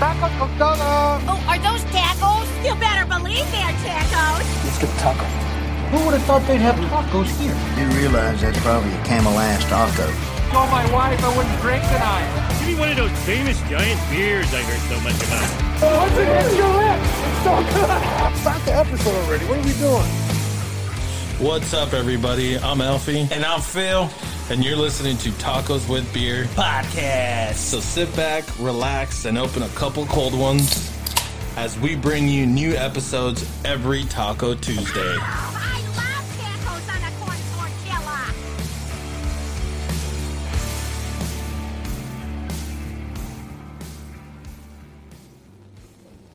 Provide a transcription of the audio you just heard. Tacos costados! Oh, are those tacos? You better believe they're tacos. Let's get the taco. Who would have thought they'd have tacos here? You realize that's probably a camel ass taco. Told my wife I wouldn't drink tonight. Give me one of those famous giant beers I heard so much about. What's it in your lips? It's so good! Stop the episode already. What are we doing? What's up, everybody? I'm Alfie. And I'm Phil. And you're listening to Tacos with Beer podcast. So sit back, relax, and open a couple cold ones as we bring you new episodes every Taco Tuesday.